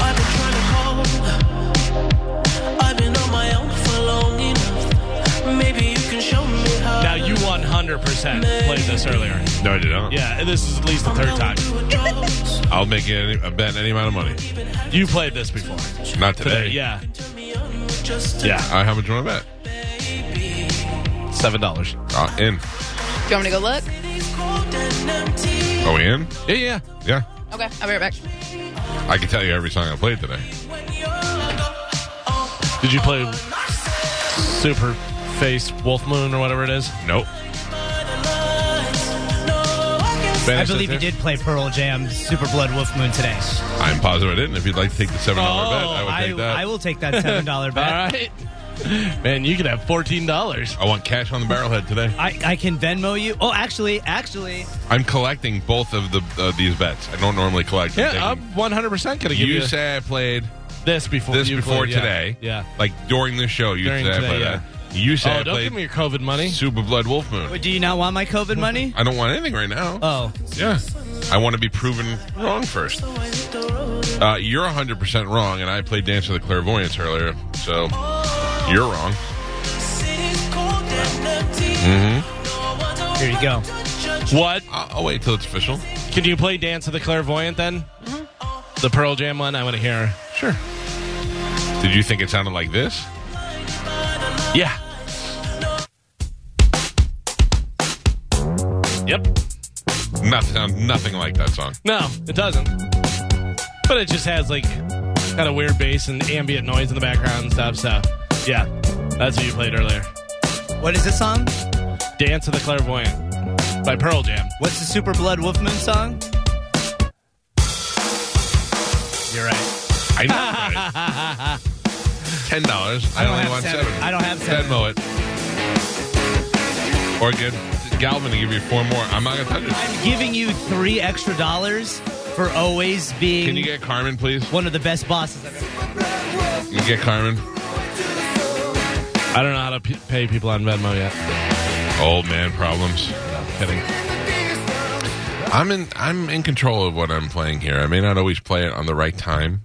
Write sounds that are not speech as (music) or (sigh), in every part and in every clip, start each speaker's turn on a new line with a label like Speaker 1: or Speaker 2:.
Speaker 1: I've been trying to call. I've been on my own for long enough. Maybe you can show me how.
Speaker 2: Now you 100% played this earlier.
Speaker 3: No, I did not.
Speaker 2: Yeah, this is at least the third time
Speaker 3: I'll make any, a bet any amount of money.
Speaker 2: you played this before.
Speaker 3: Not
Speaker 2: Today,
Speaker 3: today.
Speaker 2: yeah,
Speaker 1: yeah.
Speaker 3: Uh, how much you want to
Speaker 2: seven dollars.
Speaker 3: bet? Uh, in.
Speaker 4: Do you want me to go look?
Speaker 3: Are we Oh, in?
Speaker 2: Yeah, yeah.
Speaker 3: Yeah.
Speaker 4: Okay, I'll be right back.
Speaker 3: I can tell you every song I played today.
Speaker 2: Did you play Super Face Wolf Moon or whatever it is?
Speaker 3: Nope.
Speaker 5: I believe you did play Pearl Jam Super Blood Wolf Moon today.
Speaker 3: I'm positive I didn't. If you'd like to take the $7
Speaker 2: Oh,
Speaker 3: bet, I would
Speaker 5: Oh, I,
Speaker 3: take that.
Speaker 5: I will take that seven
Speaker 3: (laughs)
Speaker 5: dollar
Speaker 2: All
Speaker 5: bet.
Speaker 2: right, (laughs) man, you could have fourteen dollars.
Speaker 3: I want cash on the barrelhead today.
Speaker 5: I, I can Venmo you. Oh, actually, actually,
Speaker 3: I'm collecting both of the uh, these bets. I don't normally collect. them.
Speaker 2: Yeah, I'm 100 percent gonna
Speaker 3: you,
Speaker 2: give you,
Speaker 3: say I played
Speaker 2: this before
Speaker 3: this
Speaker 2: you
Speaker 3: before
Speaker 2: played, yeah.
Speaker 3: today.
Speaker 2: Yeah.
Speaker 3: Like during the show, you
Speaker 2: During
Speaker 3: say I
Speaker 2: today,
Speaker 3: played
Speaker 2: yeah.
Speaker 3: that. You say
Speaker 2: Oh,
Speaker 3: I
Speaker 2: don't
Speaker 3: played
Speaker 2: give me your COVID money.
Speaker 3: Super Blood Wolf Moon.
Speaker 5: do you not want my COVID money?
Speaker 3: I don't want anything right now.
Speaker 5: Oh,
Speaker 3: yeah. I want to be proven wrong first. Uh, you're 100% wrong, and I played Dance of the Clairvoyance earlier, so you're wrong.
Speaker 2: Mm-hmm.
Speaker 5: here you go.
Speaker 2: What?
Speaker 3: Uh, I'll, I'll wait till it's official.
Speaker 2: Can you play Dance of the Clairvoyant then? The Pearl Jam one. I want to hear.
Speaker 3: Sure. Did you think it sounded like this?
Speaker 2: Yeah. Yep.
Speaker 3: Nothing, nothing like that song.
Speaker 2: No, it doesn't. But it just has like kind of weird bass and ambient noise in the background and stuff. So, yeah, that's what you played earlier.
Speaker 5: What is this song?
Speaker 2: Dance of the Clairvoyant by Pearl Jam.
Speaker 5: What's the Super Blood Wolf Moon song? You're right.
Speaker 3: I know. right?
Speaker 5: (laughs)
Speaker 3: Ten dollars. I,
Speaker 5: don't
Speaker 3: only
Speaker 5: have
Speaker 3: want
Speaker 5: seven.
Speaker 3: seven.
Speaker 5: I don't have seven.
Speaker 3: Venmo it. Or get Galvin to give you four more. I'm not gonna touch it.
Speaker 5: I'm giving you three extra dollars for always
Speaker 3: Can
Speaker 5: being
Speaker 3: you get Carmen, please?
Speaker 5: one of the best bosses I've ever.
Speaker 3: Can you get Carmen?
Speaker 2: I don't know how to p- pay people on Venmo yet.
Speaker 3: Old man problems. Kidding. I'm in. I'm in control of what I'm playing here. I may not always play it on the right time.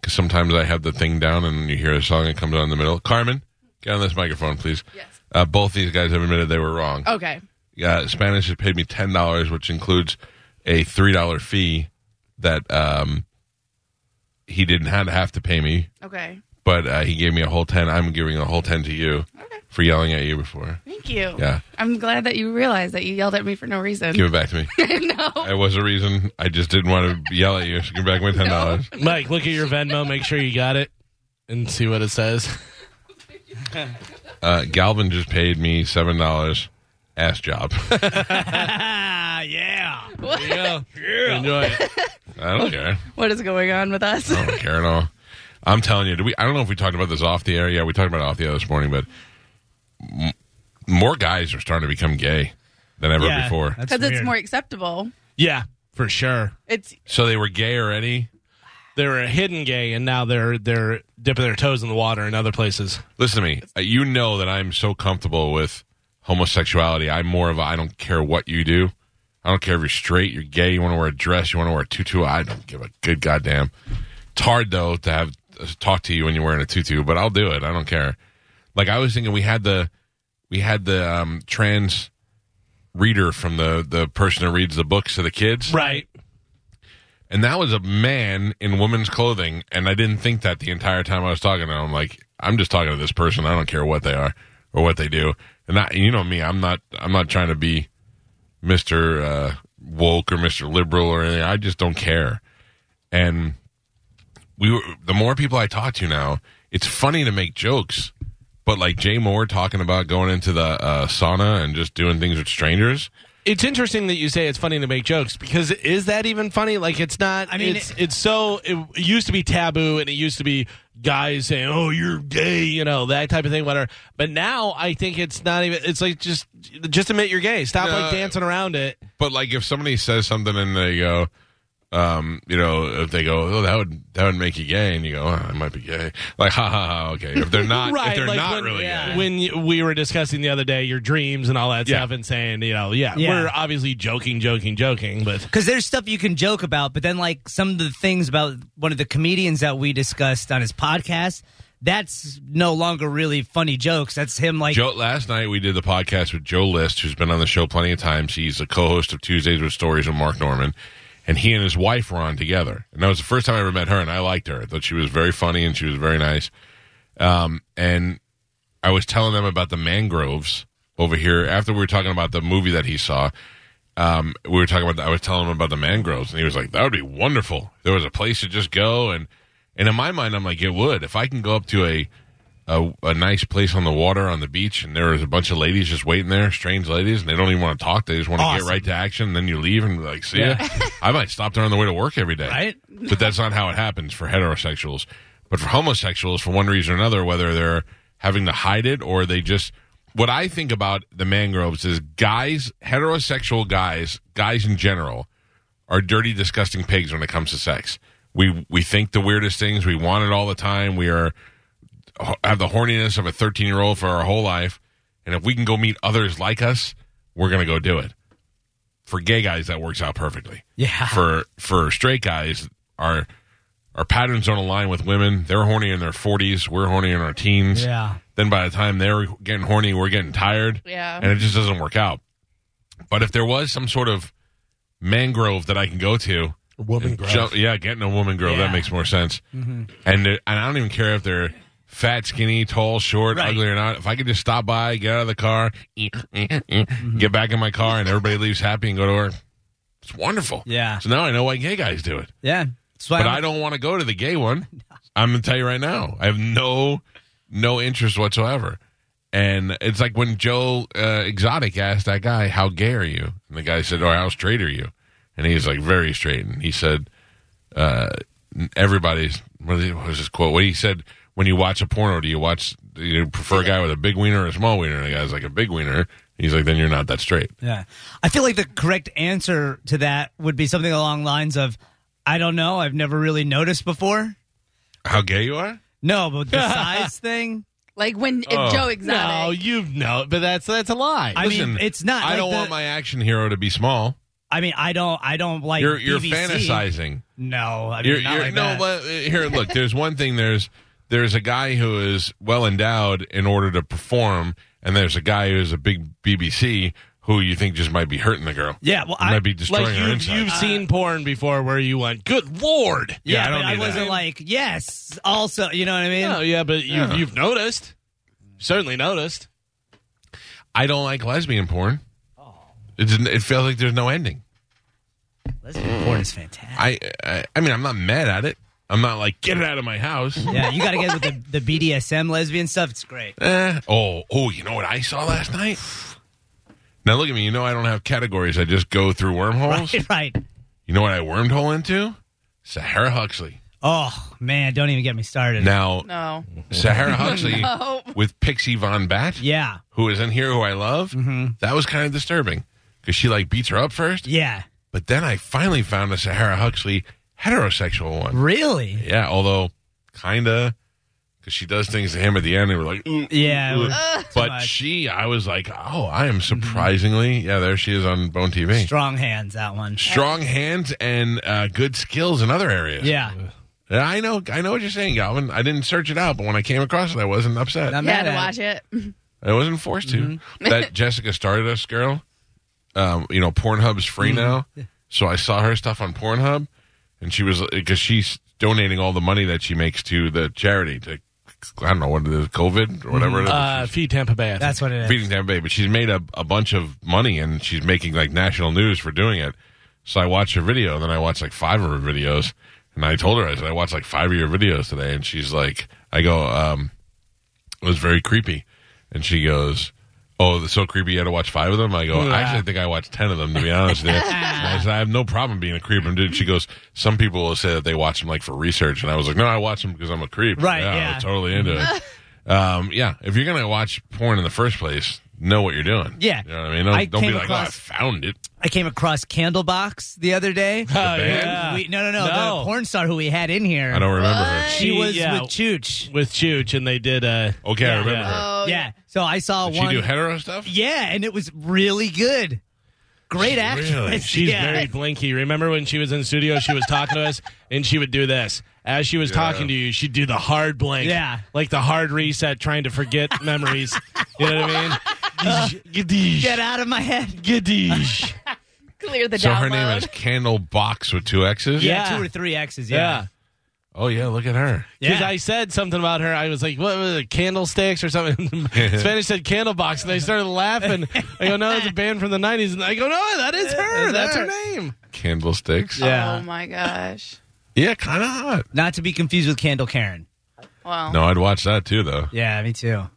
Speaker 3: Because sometimes I have the thing down and you hear a song that comes on in the middle. Carmen, get on this microphone, please.
Speaker 4: Yes. Oh.
Speaker 3: Uh, both these guys have admitted they were wrong.
Speaker 4: Okay.
Speaker 3: uh, Spanish has paid me ten dollars, which includes a three dollar fee that um, he didn't have to have to pay me,
Speaker 4: Okay.
Speaker 3: but uh, he gave me a whole ten. I'm giving a whole ten to you for yelling at you before.
Speaker 4: Thank you.
Speaker 3: Yeah.
Speaker 4: I'm glad that you realized that you yelled at me for no reason.
Speaker 3: Give it back to me.
Speaker 4: (laughs) no.
Speaker 3: It was a reason. I just didn't want to yell at you. So give back my ten dollars.
Speaker 2: Mike, look at your Venmo, make sure you got it, and see what it says.
Speaker 3: Uh, Galvin just paid me seven dollars. Ass job.
Speaker 5: (laughs)
Speaker 3: (laughs)
Speaker 5: Ah, yeah.
Speaker 2: There you
Speaker 5: (laughs)
Speaker 2: go. Enjoy it.
Speaker 3: I don't care.
Speaker 4: What is going on with (laughs) us?
Speaker 3: I don't care at all. I'm telling you, do we? I don't know if we talked about this off the air. Yeah, we talked about it off the air this morning, but m- more guys are starting to become gay than ever
Speaker 5: Yeah,
Speaker 3: before.
Speaker 5: that's
Speaker 4: Because it's
Speaker 5: weird.
Speaker 4: more acceptable.
Speaker 2: Yeah, for sure.
Speaker 4: It's
Speaker 3: So they were gay already.
Speaker 2: They were hidden gay, and now they're they're dipping their toes in the water in other places.
Speaker 3: Listen to me. Uh, You know that I'm so comfortable with homosexuality. I'm more of a I don't care what you do. I don't care if you're straight, you're gay, you want to wear a dress, you want to wear a tutu. I don't give a good goddamn. It's hard though to have uh, talk to you when you're wearing a tutu, but I'll do it. I don't care. Like I was thinking, we had the we had the um, trans reader from the the person who reads the books to the kids,
Speaker 2: Right.
Speaker 3: and that was a man in woman's clothing, and I didn't think that the entire time I was talking to him. I'm like, I'm just talking to this person. I don't care what they are or what they do. And I, you know me, I'm not. I'm not trying to be Mr. Uh, woke or Mr. liberal or anything. I just don't care. And we were the more people I talk to now, it's funny to make jokes, but like Jay Moore talking about going into the uh, sauna and just doing things with strangers.
Speaker 2: It's interesting that you say it's funny to make jokes because is that even funny? Like it's not. I
Speaker 5: I
Speaker 2: mean,
Speaker 5: mean,
Speaker 2: it's it's so it used to be taboo and it used to be guys saying, "Oh, you're gay," you know that type of thing, whatever. But now I think it's not even. It's like just just admit you're gay. Stop like
Speaker 3: No.
Speaker 2: dancing around it.
Speaker 3: But like if somebody says something and they go, um, you know, if they go, oh, that would that would make you gay, and you go, oh, I might be gay. Like, ha ha ha. Okay, if
Speaker 2: (laughs)
Speaker 3: they're not, if they're
Speaker 2: like
Speaker 3: not
Speaker 2: when,
Speaker 3: really
Speaker 2: yeah.
Speaker 3: gay,
Speaker 2: When you- we were discussing the other day your dreams and all that
Speaker 3: Yeah.
Speaker 2: stuff and saying, you know, yeah,
Speaker 5: Yeah.
Speaker 2: we're obviously joking, joking, joking, but
Speaker 5: Because there's stuff you can joke about, but then like some of the things about one of the comedians that we discussed on his podcast, that's no longer really funny jokes. That's him like
Speaker 3: Joe, last night we did the podcast with Joe List, who's been on the show plenty of times. He's a co-host of Tuesdays with Stories with Mark Norman, and he and his wife were on together. And that was the first time I ever met her, and I liked her. I thought she was very funny and she was very nice. Um, and I was telling them about the mangroves over here after we were talking about the movie that he saw. Um, we were talking about. The, I was telling him about the mangroves, and he was like, "That would be wonderful. There was a place to just go." And and in my mind, I'm like, "It would if I can go up to a a, a nice place on the water on the beach, and there was a bunch of ladies just waiting there, strange ladies, and they don't even want to talk. They just want to
Speaker 5: Awesome.
Speaker 3: get right to action. And then you leave and be like, see ya. (laughs) I might stop there on the way to work every day,
Speaker 5: Right?
Speaker 3: But that's not how it happens for heterosexuals. But for homosexuals, for one reason or another, whether they're having to hide it or they just what I think about the mangroves is guys, heterosexual guys, guys in general, are dirty, disgusting pigs when it comes to sex. We we think the weirdest things. We want it all the time. We are have the horniness of a 13 year old for our whole life. And if we can go meet others like us, we're going to go do it. For gay guys, that works out perfectly.
Speaker 5: Yeah.
Speaker 3: For for straight guys, our our patterns don't align with women. They're horny in their 40s. We're horny in our teens.
Speaker 5: Yeah.
Speaker 3: Then by the time they're getting horny, we're getting tired.
Speaker 4: Yeah.
Speaker 3: And it just doesn't work out. But if there was some sort of mangrove that I can go to,
Speaker 6: Woman
Speaker 3: and
Speaker 6: growth.
Speaker 3: jump- yeah, getting a woman grove that
Speaker 5: Yeah.
Speaker 3: makes more sense. And uh, and I don't even care if they're fat, skinny, tall, short,
Speaker 5: Right.
Speaker 3: ugly or not. If I could just stop by, get out of the car, eh,
Speaker 5: Mm-hmm.
Speaker 3: get back in my car, and everybody leaves happy and go to work, it's wonderful.
Speaker 5: Yeah.
Speaker 3: So now I know why gay guys do it,
Speaker 5: Yeah. That's why
Speaker 3: but
Speaker 5: I'm-
Speaker 3: I don't want to go to the gay
Speaker 5: (laughs)
Speaker 3: one. I'm gonna tell you right now, I have no no interest whatsoever. And it's like when Joe uh, Exotic asked that guy, "How gay are you?" and the guy said, "Or how straight are you?" And he's like, "Very straight." And he said, uh, everybody's what is- what was his quote? What he said when you watch a porno, do you watch do you prefer a guy with a big wiener or a small wiener? And the guy's like a big wiener. He's like, then you're not that straight.
Speaker 5: Yeah. I feel like the correct answer to that would be something along the lines of I don't know, I've never really noticed before.
Speaker 3: How gay you are?
Speaker 5: No,
Speaker 3: (laughs)
Speaker 5: but the size thing.
Speaker 4: Like when if
Speaker 3: Oh.
Speaker 4: Joe
Speaker 2: no,
Speaker 4: Exotic.
Speaker 2: you know, but that's that's a lie.
Speaker 5: I mean, it's not.
Speaker 3: I
Speaker 5: like
Speaker 3: don't
Speaker 5: the-
Speaker 3: want my action hero to be small.
Speaker 5: I mean, I don't. I don't like.
Speaker 3: You're you're
Speaker 5: BBC.
Speaker 3: fantasizing.
Speaker 5: No, I mean,
Speaker 3: You're,
Speaker 5: not
Speaker 3: you're-
Speaker 5: like
Speaker 3: no,
Speaker 5: that.
Speaker 3: but uh, here, look. There's one thing. There's there's a guy who is well endowed in order to perform, and there's a guy who's a big BBC who you think just might be hurting the girl.
Speaker 5: Yeah, well, I-
Speaker 3: might be destroying
Speaker 2: like
Speaker 3: her
Speaker 2: you've,
Speaker 3: insides.
Speaker 2: you've seen porn before where you went, good lord.
Speaker 3: Yeah,
Speaker 5: yeah,
Speaker 3: I don't
Speaker 5: but I
Speaker 3: need that.
Speaker 5: wasn't like yes. Also, you know what I mean?
Speaker 2: No, yeah, but you,
Speaker 3: Yeah.
Speaker 2: you've noticed. Certainly noticed.
Speaker 3: I don't like lesbian porn.
Speaker 5: Oh.
Speaker 3: It didn't, it feels like there's no ending.
Speaker 5: Lesbian porn is fantastic.
Speaker 3: I, I I mean I'm not mad at it. I'm not like get it out of my house.
Speaker 5: Yeah, you got to get with the, the BDSM lesbian stuff.
Speaker 3: (laughs)
Speaker 5: It's great.
Speaker 3: Eh. Oh oh, you know what I saw last night? Now look at me. You know I don't have categories. I just go through wormholes.
Speaker 5: Right, (laughs) right.
Speaker 3: You know what I wormed hole into? Sahara Huxley.
Speaker 5: Oh man, don't even get me started.
Speaker 3: Now
Speaker 4: No.
Speaker 3: Mm.
Speaker 4: Oh.
Speaker 3: Sahara Huxley
Speaker 4: No.
Speaker 3: with Pixie Von Bat,
Speaker 5: Yeah,
Speaker 3: who is in here, who I love. That was kind of disturbing because she like beats her up first,
Speaker 5: yeah.
Speaker 3: but then I finally found a Sahara Huxley heterosexual one.
Speaker 5: Really?
Speaker 3: Yeah, although kinda, because she does things to him at the end. They were like, ooh,
Speaker 5: Yeah.
Speaker 3: ooh.
Speaker 5: we're-
Speaker 3: but
Speaker 5: much.
Speaker 3: she, I was like, oh, I am surprisingly, yeah, there she is on Bone TV.
Speaker 5: Strong hands. That one.
Speaker 3: Strong hands and uh, good skills in other areas.
Speaker 5: Yeah.
Speaker 3: Yeah, I know, I know what you're saying, Galvin. I didn't search it out, but when I came across it, I wasn't upset.
Speaker 5: Not Mm-hmm.
Speaker 4: yeah,
Speaker 5: mad
Speaker 4: to
Speaker 5: at
Speaker 4: watch it. (laughs)
Speaker 3: I wasn't forced to. (laughs) that Jessica Stardust girl, um, you know, Pornhub's
Speaker 5: Mm-hmm.
Speaker 3: free now, so I saw her stuff on uh, Pornhub, and she was because she's donating all the money that she makes to the charity to I don't know what it is, COVID or whatever it
Speaker 5: Mm-hmm.
Speaker 2: Uh,
Speaker 3: is.
Speaker 2: feed Tampa Bay. I think.
Speaker 5: That's what it is.
Speaker 3: Feeding Tampa Bay, but she's made a, a bunch of money and she's making like national news for doing it. So I watched her video, and then I watched like five of her videos, and I told her I said I watched like five of your videos today, and she's like, I go, um, it was very creepy, and she goes. Oh, it's so creepy! You had to watch five of them. I go. Actually, I think I watched ten of them to be honest.
Speaker 5: (laughs)
Speaker 3: With you. And I said I have no problem being a creep. And dude, she goes. Some people will say that they watch them like for research, and I was like, no, I watch them because I'm a creep.
Speaker 5: Right,
Speaker 3: Yeah, I'm
Speaker 5: yeah.
Speaker 3: totally
Speaker 5: (laughs)
Speaker 3: into it. Um, yeah, if you're gonna watch porn in the first place, know what you're doing.
Speaker 5: Yeah.
Speaker 3: you know what I mean. Don't,
Speaker 5: I
Speaker 3: don't be
Speaker 5: came
Speaker 3: like, oh, I
Speaker 5: across-
Speaker 3: found it.
Speaker 5: I came across Candlebox the other day.
Speaker 2: Oh,
Speaker 3: band?
Speaker 2: yeah.
Speaker 5: We, no, no, no,
Speaker 2: No.
Speaker 5: The porn star who we had in here.
Speaker 3: I don't remember her.
Speaker 2: What?
Speaker 5: She was
Speaker 2: Yeah.
Speaker 5: with Chooch.
Speaker 2: with Chooch, and they did. Uh,
Speaker 3: Okay, I remember
Speaker 2: yeah.
Speaker 3: her.
Speaker 4: Oh,
Speaker 5: Yeah. So I saw
Speaker 3: Did
Speaker 5: one.
Speaker 3: she do hetero stuff?
Speaker 5: yeah, and it was really good. Great actress. (laughs)
Speaker 2: She's
Speaker 5: yeah.
Speaker 2: very blinky. Remember when she was in studio, she was talking to us, and she would do this. As she was talking to you, she'd do the hard blank.
Speaker 5: Yeah.
Speaker 2: Like the hard reset, trying to forget memories. You know what I mean? Gadish.
Speaker 5: Get out of my head.
Speaker 2: Gadish.
Speaker 4: Clear the
Speaker 3: So
Speaker 4: download.
Speaker 3: her name is Candle Box with two X's.
Speaker 2: Yeah.
Speaker 5: Two or three X's.
Speaker 2: Yeah.
Speaker 5: Yeah.
Speaker 3: Oh yeah, look at her.
Speaker 2: Because
Speaker 5: Yeah.
Speaker 2: I said something about her. I was like, what was it, candlesticks or something? (laughs) Spanish said candlebox, and they started laughing. I go, no, that's a band from the 90s. And I go, no, that is her. That's her name.
Speaker 3: Candlesticks.
Speaker 4: Oh my gosh.
Speaker 3: yeah, kind of hot.
Speaker 5: Not to be confused with Candle Karen.
Speaker 4: Wow.
Speaker 3: No, I'd watch that too, though.
Speaker 5: Yeah, me too.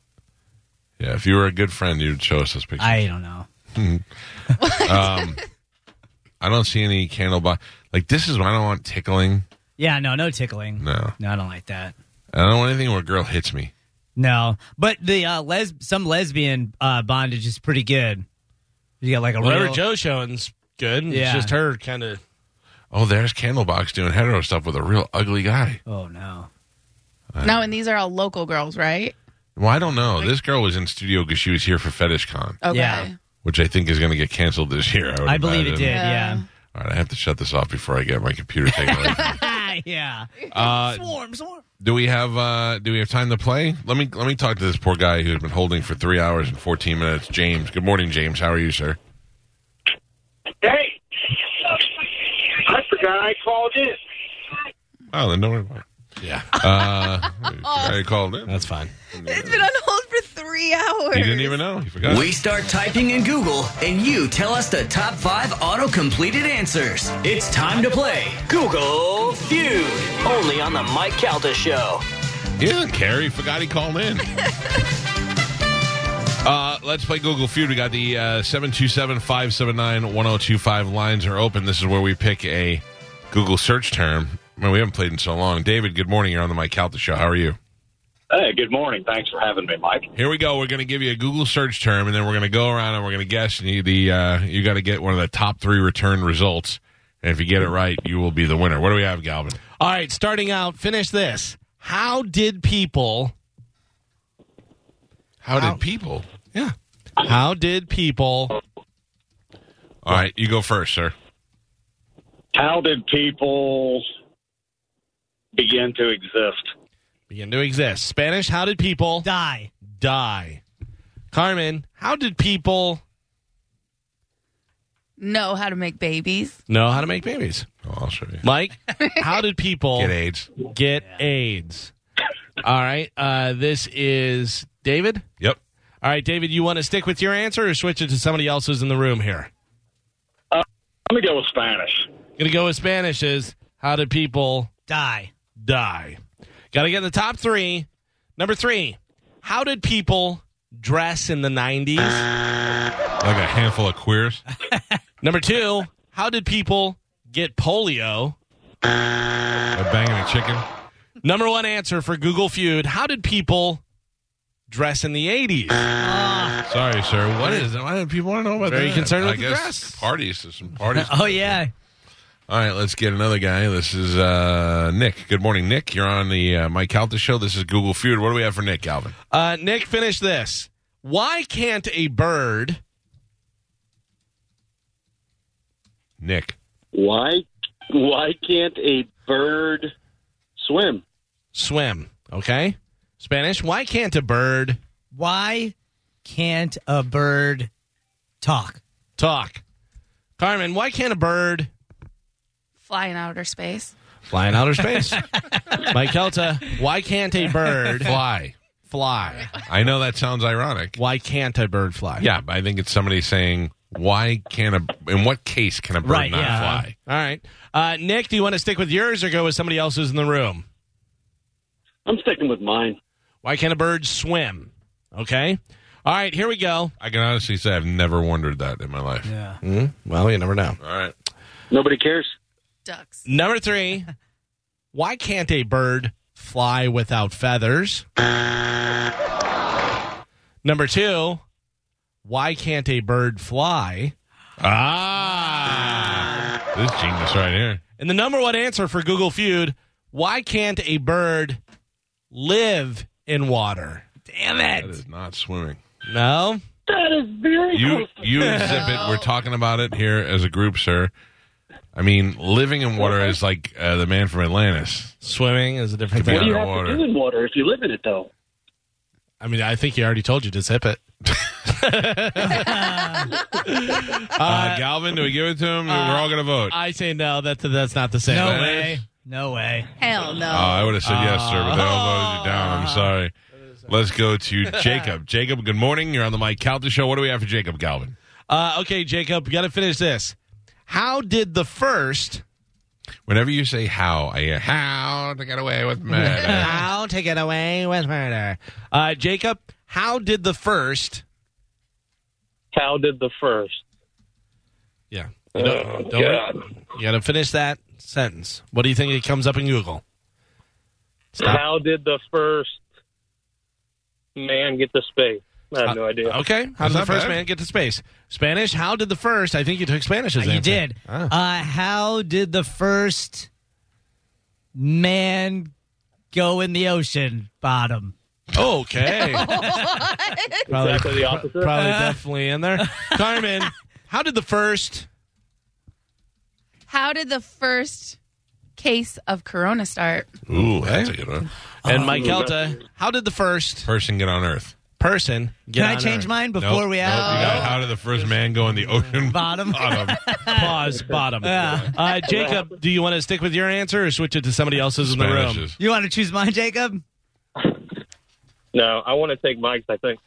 Speaker 3: Yeah, if you were a good friend, you'd show us this picture. I,
Speaker 5: I don't know.
Speaker 3: don't see any candle box. Like this is when I don't want tickling.
Speaker 5: Yeah, no, no tickling.
Speaker 3: No,
Speaker 5: No, I don't like that.
Speaker 3: I don't want anything where a girl hits me.
Speaker 5: No, but the uh, les some lesbian uh, bondage is pretty good. You got like a
Speaker 2: Whatever
Speaker 5: real-
Speaker 2: Joe showing's good. It's
Speaker 5: Yeah.
Speaker 2: just her kind of.
Speaker 3: Oh, there's Candlebox doing hetero stuff with a real ugly guy.
Speaker 5: Oh no,
Speaker 4: No, and these are all local girls, right?
Speaker 3: Well, I don't know. This girl was in studio because she was here for Fetish Con,
Speaker 4: Okay.
Speaker 5: Yeah.
Speaker 3: which I think is going to get canceled this year. I, would
Speaker 5: I believe it
Speaker 3: imagine.
Speaker 5: did. Yeah,
Speaker 3: All right, I have to shut this off before I get my computer taken away. from me.
Speaker 5: (laughs) Ah, yeah.
Speaker 3: Uh,
Speaker 5: swarm, swarm.
Speaker 3: Do we have uh, Do we have time to play? Let me Let me talk to this poor guy who's been holding for three hours and fourteen minutes. James, good morning, James. How are you, sir?
Speaker 6: Hey, I forgot I called in.
Speaker 3: Oh, then don't worry about it.
Speaker 2: Yeah.
Speaker 3: Uh, (laughs) I called in.
Speaker 2: That's fine.
Speaker 4: It's been on hold for three hours.
Speaker 3: He didn't even know. He forgot.
Speaker 7: We start typing in Google, and you tell us the top five auto completed answers. It's time to play Google Feud, only on the Mike Calta Show.
Speaker 3: He doesn't care. He forgot he called in. uh, let's play Google Feud. We got the uh, 727 579 1025 lines are open. This is where we pick a Google search term. Man, we haven't played in so long. David, good morning. You're on the Mike Calta show. How are you?
Speaker 6: Hey, good morning. Thanks for having me, Mike.
Speaker 3: Here we go. We're going to give you a Google search term, and then we're going to go around and we're going to guess. And you, the uh, you got to get one of the top three return results. And if you get it right, you will be the winner. What do we have, Galvin?
Speaker 2: All right, starting out, finish this. How did people
Speaker 3: How did people? Yeah.
Speaker 2: how did people
Speaker 3: All right, you go first, sir.
Speaker 6: How did people begin to exist?
Speaker 2: begin to exist? Spanish, how did people
Speaker 5: Die.
Speaker 2: die? Carmen, how did people
Speaker 4: Know how to make babies.
Speaker 2: know how to make babies?
Speaker 3: Oh, I'll show you.
Speaker 2: Mike, how did (laughs) people
Speaker 3: Get AIDS.
Speaker 2: get AIDS? All right, uh, this is David.
Speaker 3: Yep.
Speaker 2: All right, David, you want to stick with your answer or switch it to somebody else's in the room here?
Speaker 6: Let me Uh, go with Spanish.
Speaker 2: Gonna go with Spanish is how did people
Speaker 5: Die.
Speaker 2: die. Got to get in the top three. Number three, how did people dress in the 90s?
Speaker 3: Like a handful of queers.
Speaker 2: Number two, how did people get polio?
Speaker 3: A banging a chicken.
Speaker 2: Number one answer for Google Feud, how did people dress in the 80s?
Speaker 3: Sorry, sir. What is? Why do people want to know about
Speaker 2: Very
Speaker 3: that?
Speaker 2: concerned
Speaker 3: I
Speaker 2: with the
Speaker 3: guess
Speaker 2: dress.
Speaker 3: Parties. There's some (laughs) parties.
Speaker 5: Oh yeah.
Speaker 3: All right, let's get another guy. This is uh, Nick. Good morning, Nick. You're on the uh, Mike Calta show. This is Google Feud. What do we have for Nick, Galvin?
Speaker 2: Uh, Nick, finish this. Why can't a bird?
Speaker 3: Nick.
Speaker 6: Why? Why can't a bird swim?
Speaker 2: swim. Okay, Spanish. Why can't a bird
Speaker 5: Why can't a bird talk?
Speaker 2: talk? Carmen. Why can't a bird?
Speaker 4: Fly in outer space.
Speaker 2: Flying outer space. Mike Kelta, why can't a bird
Speaker 3: Fly.
Speaker 2: fly?
Speaker 3: I know that sounds ironic.
Speaker 2: Why can't a bird fly?
Speaker 3: Yeah, but I think it's somebody saying, why can't a, in what case can a bird
Speaker 5: Right,
Speaker 3: not
Speaker 5: yeah.
Speaker 3: fly?
Speaker 2: All right. Uh, Nick, do you want to stick with yours or go with somebody else's in the room?
Speaker 6: I'm sticking with mine.
Speaker 2: Why can't a bird swim? Okay. All right, here we go.
Speaker 3: I can honestly say I've never wondered that in my life.
Speaker 5: Yeah.
Speaker 2: Mm-hmm. Well, you never know.
Speaker 3: All right.
Speaker 6: Nobody cares.
Speaker 4: Ducks.
Speaker 2: Number three, why can't a bird fly without feathers? Number two, why can't a bird fly?
Speaker 3: Ah. This is genius right here.
Speaker 2: And the number one answer for Google Feud, why can't a bird live in water?
Speaker 5: Damn
Speaker 3: That
Speaker 5: it.
Speaker 3: is not swimming.
Speaker 2: No?
Speaker 6: That is very
Speaker 3: You you zip it. We're talking about it here as a group, sir. I mean, living in water is like uh, the man from Atlantis.
Speaker 2: Swimming is a different
Speaker 3: Could be
Speaker 6: What do
Speaker 2: thing.
Speaker 6: you have
Speaker 3: Underwater.
Speaker 6: to do in water if you live in it, though?
Speaker 2: I mean, I think you already told you to zip it.
Speaker 3: Uh, Galvin, do we give it to him? We're all going to vote.
Speaker 2: I say no, that, that's not the same.
Speaker 5: No
Speaker 3: That
Speaker 5: way.
Speaker 3: is-
Speaker 5: No way.
Speaker 4: Hell no.
Speaker 3: Oh, I would have said yes, sir, but they all voted you down. I'm (laughs) sorry. Let's go to (laughs) Jacob. Jacob, good morning. You're on the Mike Calta show. What do we have for Jacob Galvin?
Speaker 2: Uh, okay, Jacob, you got to finish this. How did the first
Speaker 3: Whenever you say how, I hear how to get away with (laughs) murder.
Speaker 2: How to get away with murder. Uh, Jacob, how did the first?
Speaker 6: How did the first?
Speaker 2: Yeah. You, Uh, don't, don't you gotta finish that sentence. What do you think it comes up in Google? Stop.
Speaker 6: How did the first man get to space? I have no idea.
Speaker 2: Uh, Okay. How did
Speaker 3: That's
Speaker 2: the
Speaker 3: not
Speaker 2: first
Speaker 3: bad.
Speaker 2: man get to space? Spanish. How did the first? I think you took Spanish as
Speaker 5: You
Speaker 2: answer.
Speaker 5: did.
Speaker 3: Ah.
Speaker 5: Uh, how did the first man go in the ocean bottom?
Speaker 2: Okay. probably,
Speaker 6: Exactly the opposite. (laughs)
Speaker 2: probably definitely in (laughs) there. Carmen, how did the first?
Speaker 4: How did the first case of corona start?
Speaker 3: Ooh, that's a good one.
Speaker 2: And Mike Kelta, how did the first
Speaker 3: Person get on Earth.
Speaker 2: person get
Speaker 5: Can I
Speaker 2: on
Speaker 5: change
Speaker 2: Earth?
Speaker 5: mine
Speaker 3: Nope.
Speaker 5: before we
Speaker 3: Nope.
Speaker 5: have?
Speaker 3: You got Oh, how did the first man go in the
Speaker 2: (laughs)
Speaker 3: ocean (laughs)
Speaker 5: Bottom.
Speaker 3: bottom?
Speaker 2: Pause bottom. Uh, Jacob, do you want to stick with your answer or switch it to somebody else's in the
Speaker 3: Spanish
Speaker 2: room?
Speaker 3: is-
Speaker 5: You want to choose mine, Jacob?
Speaker 6: No, I want to take Mike's. I think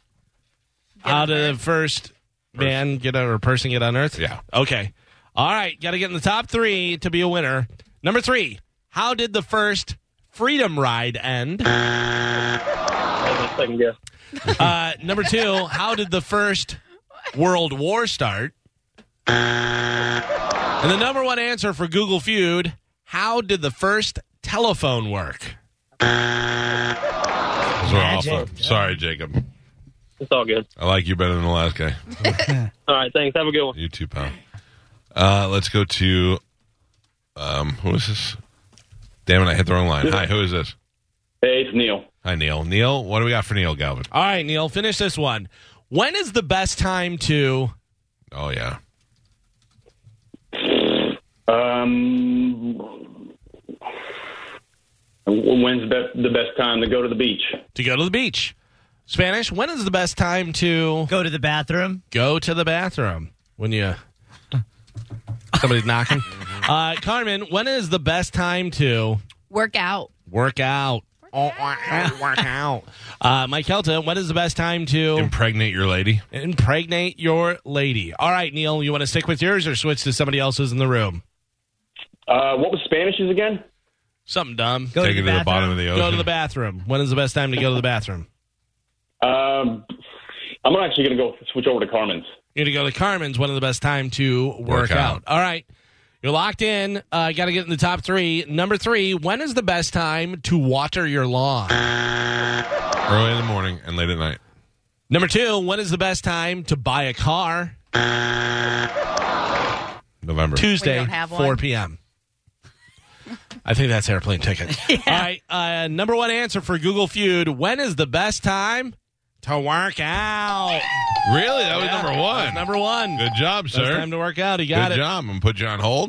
Speaker 2: How did the first man get or person get unearthed?
Speaker 3: Yeah.
Speaker 2: Okay. All right. Got to get in the top three to be a winner. Number three. How did the first freedom ride end?
Speaker 6: that's my second guess.
Speaker 2: Uh, number two. How did the first world war start? And the number one answer for Google Feud. How did the first telephone work?
Speaker 3: Those are awful. Sorry, Jacob.
Speaker 6: It's all good.
Speaker 3: I like you better than the last guy.
Speaker 6: All right, thanks. Have a good one.
Speaker 3: You too, pal. Uh, let's go to um, who is this? Damn it! I hit the wrong line. Hi, who is this?
Speaker 6: Hey, it's Neil.
Speaker 3: Hi, Neil. Neil, what do we got for Neil Galvin?
Speaker 2: All right, Neil, finish this one. When is the best time to?
Speaker 3: Oh yeah,
Speaker 6: Um, when's be- the best time to go to the beach?
Speaker 2: to go to the beach. Spanish, when is the best time to
Speaker 5: Go to the bathroom.
Speaker 2: go to the bathroom? When you somebody's (laughs) knocking. Uh, Carmen, when is the best time to
Speaker 4: Work out.
Speaker 2: work out? Work out. (laughs) Work out. Uh, Mike Helton, when is the best time to
Speaker 3: impregnate your lady.
Speaker 2: impregnate your lady? All right, Neil, you want to stick with yours or switch to somebody else's in the room?
Speaker 6: Uh, what was Spanish's again?
Speaker 2: Something dumb.
Speaker 5: Go
Speaker 3: Take
Speaker 5: to
Speaker 3: it
Speaker 5: the
Speaker 3: to
Speaker 5: bathroom.
Speaker 3: the bottom of the ocean.
Speaker 2: Go to the bathroom. When is the best time to go to the bathroom?
Speaker 6: Um, I'm actually going to go switch over to Carmen's.
Speaker 2: You're going to go to Carmen's. One of the best time to work,
Speaker 3: Work
Speaker 2: out.
Speaker 3: out.
Speaker 2: All right. You're locked in. Uh, Got to get in the top three. Number three, when is the best time to water your lawn?
Speaker 3: Early in the morning and late at night.
Speaker 2: Number two, when is the best time to buy a car?
Speaker 3: November.
Speaker 2: Tuesday,
Speaker 4: don't have
Speaker 2: 4
Speaker 4: one.
Speaker 2: p.m. I think that's airplane
Speaker 4: (laughs)
Speaker 2: ticket. All right. Uh, number one answer for Google Feud When is the best time to work out?
Speaker 3: Really? That was number
Speaker 2: That was
Speaker 3: one.
Speaker 2: Number one.
Speaker 3: Good job,
Speaker 2: Best
Speaker 3: sir.
Speaker 2: time to work out. You got it.
Speaker 3: Good job. I'm gonna put you on hold.